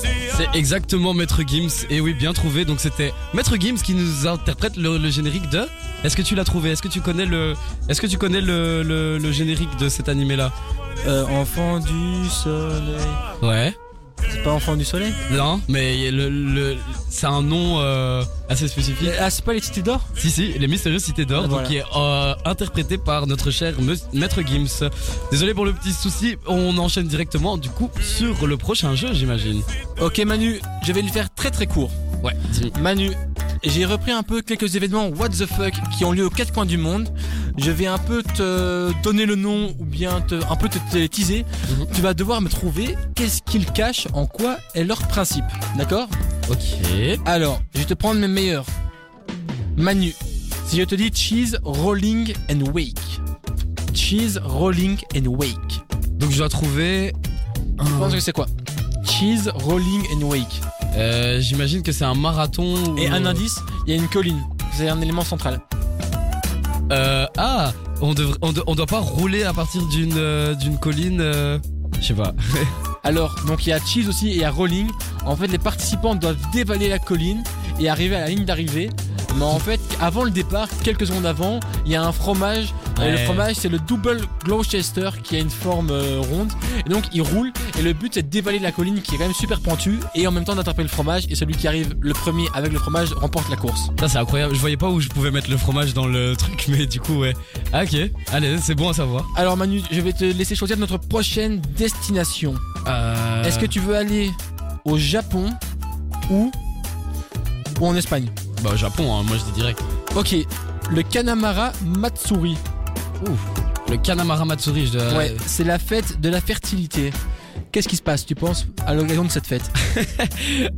Diaz.
C'est exactement Maître Gims. Et oui, bien trouvé. Donc c'était Maître Gims qui nous interprète le, le générique de. Est-ce que tu l'as trouvé Est-ce que tu connais le Est-ce que tu connais le, le- le générique de cet animé là
Enfant du soleil.
Ouais.
C'est pas Enfant du soleil
Non, mais le, le- c'est un nom euh, assez spécifique.
Ah, c'est pas les cités d'or
Si si, les mystérieuses cités d'or, donc
Voilà.
qui est euh, interprété par notre cher me- maître Gims. Désolé pour le petit souci, on enchaîne directement du coup sur le prochain jeu, j'imagine.
Ok Manu, je vais le faire très très court.
Ouais.
Manu, j'ai repris un peu quelques événements What the fuck qui ont lieu aux quatre coins du monde. Je vais un peu te donner le nom ou bien te, un peu te, te teaser.
Mhm.
Tu vas devoir me trouver qu'est-ce qu'ils cachent, en quoi est leur principe. D'accord
Ok.
Alors, je vais te prendre mes meilleurs. Manu, si je te dis cheese, rolling and wake. Cheese, rolling and wake.
Donc je dois trouver.
Tu
un-
penses que c'est quoi Cheese, rolling and wake.
Euh, j'imagine que c'est un marathon.
Et
ou-
un indice, il y a une colline. C'est un élément central.
Euh, ah, on devrait, on, do- on doit pas rouler à partir d'une euh, d'une colline. euh, Je sais pas.
Alors, donc il y a Cheese aussi et il y a Rolling. En fait, les participants doivent dévaler la colline et arriver à la ligne d'arrivée. Mais en fait, avant le départ, quelques secondes avant, il y a un fromage. Et le
Ouais.
fromage, c'est le double Gloucester qui a une forme euh, ronde. Et donc, il roule. Et le but, c'est de dévaler la colline qui est quand même super pentue et en même temps d'attraper le fromage. Et celui qui arrive le premier avec le fromage remporte la course.
Ça c'est incroyable. Je voyais pas où je pouvais mettre le fromage dans le truc, mais du coup ouais. Ah, ok. Allez, c'est bon à savoir.
Alors, Manu, je vais te laisser choisir notre prochaine destination.
Euh,
Est-ce que tu veux aller au Japon ou, ou en Espagne
bah au Japon, hein, moi je dis direct.
Ok, le Kanamara Matsuri.
Le Kanamara Matsuri, je dois...
Ouais, c'est la fête de la fertilité. Qu'est-ce qui se passe, tu penses, à l'occasion de cette fête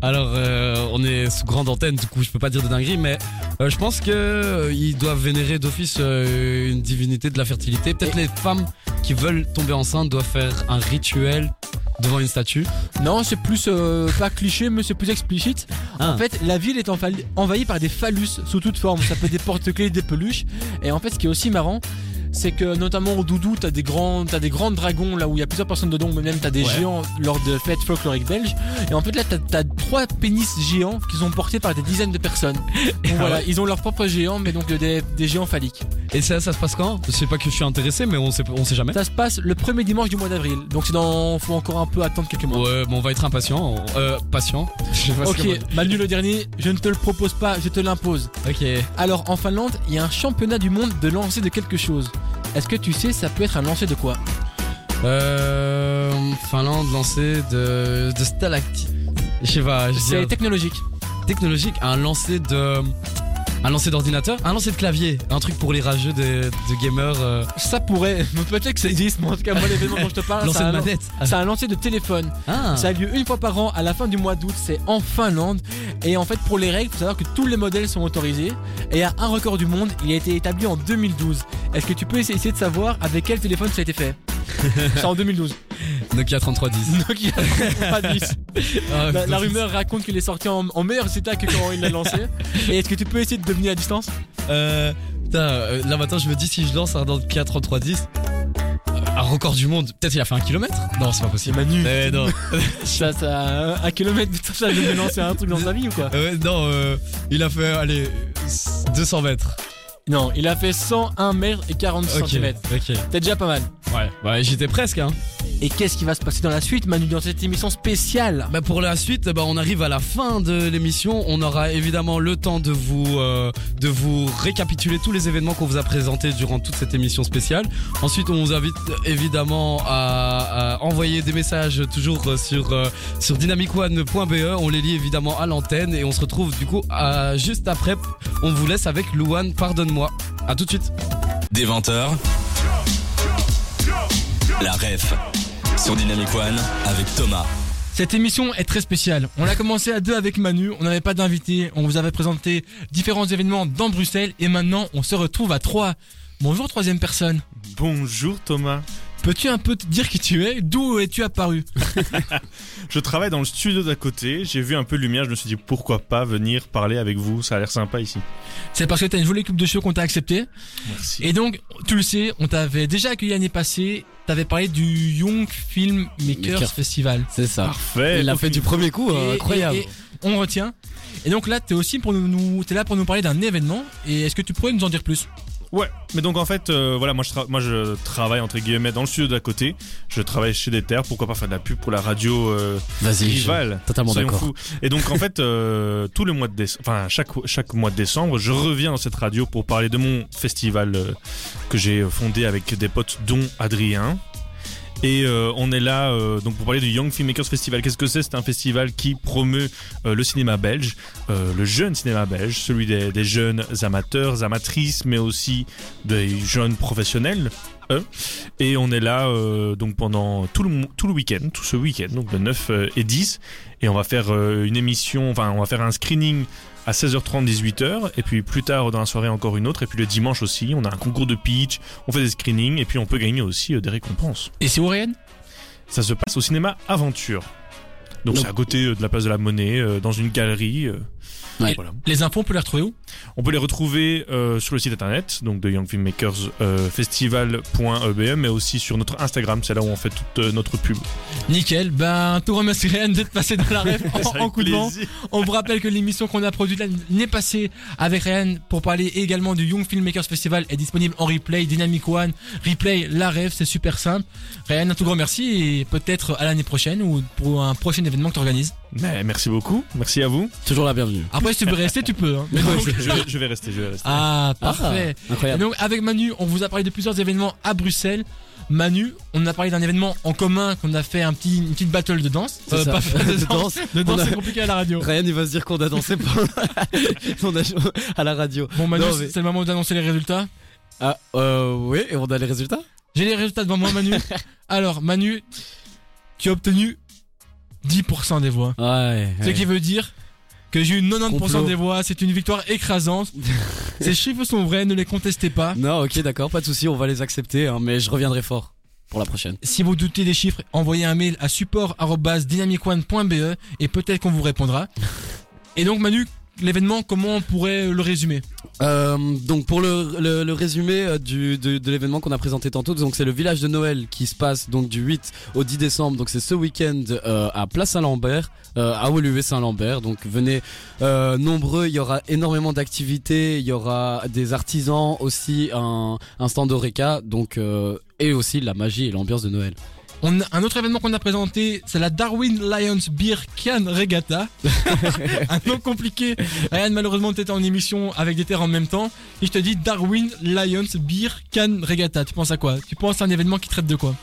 Alors, euh, on est sous grande antenne, du coup, je peux pas dire de dinguerie, mais euh, je pense que euh, ils doivent vénérer d'office euh, une divinité de la fertilité. Peut-être les femmes qui veulent tomber enceintes doivent faire un rituel devant une statue.
Non, c'est plus euh, pas cliché, mais c'est plus explicite.
Ah.
En fait, la ville est enfa- envahie par des phallus sous toute forme. Ça peut être des porte-clés, des peluches. Et en fait, ce qui est aussi marrant, c'est que notamment au Doudou, t'as des grands, t'as des grands dragons là où il y a plusieurs personnes dedans, ou même t'as des
Ouais.
géants lors de fêtes folkloriques belges. Et en fait, là, t'as, t'as trois pénis géants qui sont portés par des dizaines de personnes.
Ah
Donc, voilà, ils ont leur propre géant, mais donc euh, des, des géants phalliques.
Et ça, ça se passe quand C'est pas que je suis intéressé, mais on sait, on sait jamais.
Ça se passe le premier dimanche du mois d'avril. Donc c'est dans, faut encore un peu attendre quelques mois.
Ouais, bon, on va être impatient. on- Euh, patient. Je sais pas ce
Ok,
que-
Manu le dernier, je ne te le propose pas, je te l'impose.
Ok.
Alors en Finlande, il y a un championnat du monde de lancer de quelque chose. Est-ce que tu sais ça peut être un lancer de quoi
Euh, Finlande lancée de, de stalactites. Je sais pas. je
C'est
dirais-
technologique.
technologique, un lancer de. Un lancer d'ordinateur Un lancer de clavier Un truc pour les rageux des- de, gamers. euh,
Ça pourrait, mais peut-être que ça existe, mais en tout cas moi l'événement dont je te parle,
lancer
c'est
de
un,
manette
c'est un lancer de téléphone.
Ah.
Ah, Ça a lieu une fois par an à la fin du mois d'août, c'est en Finlande. Et en fait, pour les règles, faut savoir que tous les modèles sont autorisés. Et il y a un record du monde, il a été établi en 2012. Est-ce que tu peux essayer de savoir avec quel téléphone ça a été fait C'est en 2012.
Nokia 3310.
Nokia 3310.
Ah,
La, la
putain,
rumeur raconte qu'il est sorti en, en meilleur état que quand il l'a lancé. Et est-ce que tu peux essayer de deviner à distance
Euh, putain, euh, là maintenant je me dis si je lance un Nokia 3310, euh, un record du monde, peut-être il a fait un kilomètre Non, c'est pas
C'est
possible.
Manu.
Euh, non,
Ça, ça, un kilomètre, putain, ça de me lancer un truc dans sa vie ou quoi
Euh, non euh, il a fait, allez, 200 mètres.
Non, il a fait 101 mètres et 40 cm.
ok.
T'es déjà pas mal.
Ouais, ouais j'étais presque. Hein.
Et qu'est-ce qui va se passer dans la suite, Manu, dans cette émission spéciale
Bah pour la suite, bah on arrive à la fin de l'émission. On aura évidemment le temps de vous euh, de vous récapituler tous les événements qu'on vous a présentés durant toute cette émission spéciale. Ensuite, on vous invite euh, évidemment à, à envoyer des messages toujours euh, sur euh, sur dynamicone.be. E. On les lit évidemment à l'antenne et on se retrouve du coup à- juste après. On vous laisse avec Louane, pardonne-moi. À tout de suite.
Dès 20h, la ref sur Dynamic One avec Thomas.
Cette émission est très spéciale. On l'a commencé à deux avec Manu, on n'avait pas d'invité, on vous avait présenté différents événements dans Bruxelles et maintenant on se retrouve à trois. Bonjour troisième personne.
Bonjour Thomas.
Peux-tu un peu te dire qui tu es D'où es-tu apparu
Je travaille dans le studio d'à côté. J'ai vu un peu de lumière. Je me suis dit pourquoi pas venir parler avec vous. Ça a l'air sympa ici.
C'est parce que t'as une jolie coupe de cheveux qu'on t'a accepté.
Merci.
Et donc, tu le sais, on t'avait déjà accueilli l'année passée. T'avais parlé du Young Film Makers
Maker.
Festival.
C'est ça.
Parfait.
Il l'a fait du premier coup, euh,
Et-
incroyable.
et- et on retient. Et donc là, t'es aussi pour nous, nous- t'es là pour nous parler d'un événement. Et est-ce que tu pourrais nous en dire plus
Ouais. Mais donc en fait, euh, voilà, moi je, tra- moi je travaille entre guillemets dans le studio d'à côté. Je travaille chez des terres. Pourquoi pas faire de la pub pour la radio euh,
Vas-y. je-
rivale.
Totalement
Soyons
d'accord.
fous. Et donc en fait, euh, tout le mois de décembre, enfin chaque chaque mois de décembre, je reviens dans cette radio pour parler de mon festival euh, que j'ai fondé avec des potes dont Adrien. Et euh, on est là euh, donc pour parler du Young Filmmakers Festival. Qu'est-ce que c'est C'est un festival qui promeut euh, le cinéma belge, euh, le jeune cinéma belge, celui des, des jeunes amateurs, amatrices, mais aussi des jeunes professionnels. eux. Et on est là euh, donc pendant tout le, mo- tout le week-end, tout ce week-end, donc le 9 euh, et 10 et on va faire euh, une émission, enfin on va faire un screening à 16h30, 18h, et puis plus tard dans la soirée encore une autre, et puis le dimanche aussi, on a un concours de pitch, on fait des screenings, et puis on peut gagner aussi euh, des récompenses.
Et c'est où Ryan
Ça se passe au cinéma Aventure. Donc
Donc-
c'est à côté euh, de la place de la Monnaie, euh, dans une galerie. euh,
Ouais.
voilà.
Les infos, on peut les retrouver où
On peut les retrouver euh, sur le site internet, donc de Young Filmmakers euh, Festival.ebm, mais aussi sur notre Instagram, c'est là où on fait toute euh, notre pub.
Nickel. Ben, tout remercie Ryan d'être passé dans la ref en, en coup de vent. On vous rappelle que l'émission qu'on a produite là- l'année passée avec Ryan pour parler également du Young Filmmakers Festival est disponible en replay, Dynamic One, replay, la rêve, c'est super simple. Ryan, un tout grand merci et peut-être à l'année prochaine ou pour un prochain événement que tu organises.
Mais merci beaucoup, merci à vous.
Toujours la bienvenue.
Après, si tu veux rester, tu peux. hein.
Je vais, je vais rester, je vais rester.
Ah, parfait. Et
Incroyable.
donc, avec Manu, on vous a parlé de plusieurs événements à Bruxelles. Manu, on a parlé d'un événement en commun qu'on a fait un petit, une petite battle de danse.
C'est ça.
pas Euh, de
De
danse.
danse.
De danse,
On a-
c'est compliqué à la radio.
Ryan, il va se dire qu'on a dansé pendant- on a joué à la radio.
Bon, Manu,
Non, mais-
c'est le moment d'annoncer les résultats.
Ah, euh, oui, et on a les résultats
J'ai les résultats devant moi, Manu. Alors, Manu, tu as obtenu 10% des voix.
Ouais.
Ce qui veut dire que j'ai eu 90%
Complot.
des voix. C'est une victoire écrasante. Ces chiffres sont vrais, ne les contestez pas.
Non, ok, d'accord, pas de souci, on va les accepter, hein, mais je reviendrai fort pour la prochaine.
Si vous doutez des chiffres, envoyez un mail à support.dynamicone.be et peut-être qu'on vous répondra. Et donc, Manu, l'événement, comment on pourrait le résumer
Euh, donc pour le, le- le résumé euh, du, de, de l'événement qu'on a présenté tantôt, donc c'est le village de Noël qui se passe donc du 8 au 10 décembre, donc c'est ce week-end euh, à Place Saint-Lambert, euh, à Woluwe Saint-Lambert, donc venez euh, nombreux, il y aura énormément d'activités, il y aura des artisans aussi, un, un stand d'Oreca, donc euh, et aussi la magie et l'ambiance de Noël.
On a- un autre événement qu'on a présenté, c'est la Darwin Lions Beer Can Regatta. un nom compliqué. Ryan, malheureusement, t'étais en émission avec des terres en même temps. Et je te dis Darwin Lions Beer Can Regatta. Tu penses à quoi Tu penses à un événement qui traite de quoi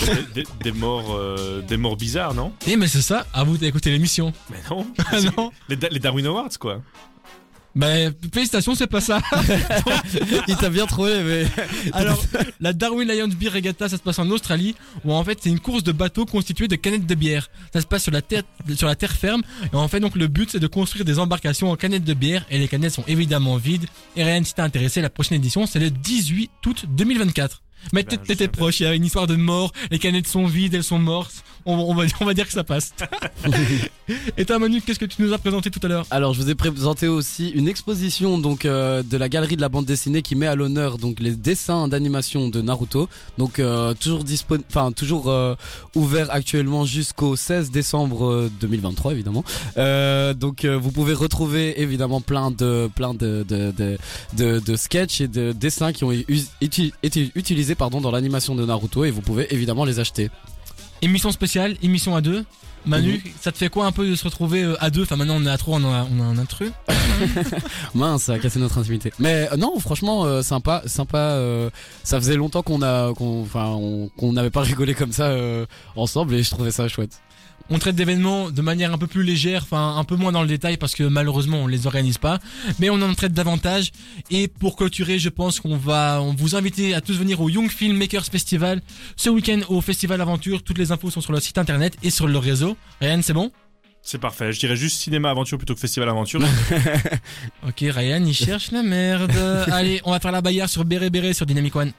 Des, des- des morts, euh, des morts bizarres, non
Eh, mais c'est ça. À vous d'écouter l'émission.
Mais non.
Ah non
Les, Da- les Darwin Awards, quoi.
Bah, félicitations, c'est pas ça.
il t'a bien trouvé, mais
Alors, la Darwin Lions Beer Regatta, ça se passe en Australie, où en fait c'est une course de bateaux constituée de canettes de bière. Ça se passe sur la terre, sur la terre ferme, et en fait donc le but c'est de construire des embarcations en canettes de bière, et les canettes sont évidemment vides. Et Ryan, si t'es intéressé, la prochaine édition c'est le 18 août 2024. Mais
ben, je
t'étais
sais pas.
proche, il y a une histoire de mort, les canettes sont vides, elles sont mortes. On, on va, on va dire que ça passe. Et toi Manu, qu'est-ce que tu nous as présenté tout à l'heure
Alors je vous ai présenté aussi une exposition donc euh, de la galerie de la bande dessinée qui met à l'honneur donc les dessins d'animation de Naruto. Donc euh, toujours dispon- enfin toujours euh, ouvert actuellement jusqu'au 16 décembre euh, 2023 évidemment. Euh, donc euh, vous pouvez retrouver évidemment plein de plein de de de, de, de sketchs et de dessins qui ont eu- uti- été utilisés pardon dans l'animation de Naruto et vous pouvez évidemment les acheter.
Émission spéciale, émission à deux. Manu, ça te fait quoi un peu de se retrouver euh, à deux Enfin maintenant on est à trois, on a, on a un intrus.
Mince, ça a cassé notre intimité. Mais euh, non, franchement, euh, sympa, sympa. euh, ça faisait longtemps qu'on a, qu'on, enfin, on- qu'on n'avait pas rigolé comme ça euh, ensemble, et je trouvais ça chouette.
On traite d'événements de manière un peu plus légère, enfin un peu moins dans le détail parce que malheureusement on les organise pas, mais on en traite davantage. Et pour clôturer, je pense qu'on va on vous inviter à tous venir au Young Filmmakers Festival ce week-end au Festival Aventure. Toutes les infos sont sur leur site internet et sur leur réseau. Ryan, c'est bon
C'est parfait. Je dirais juste cinéma aventure plutôt que festival aventure.
Ok, Ryan, il cherche la merde. Allez, on va faire la bagarre sur Béré Béré sur Dynamic One.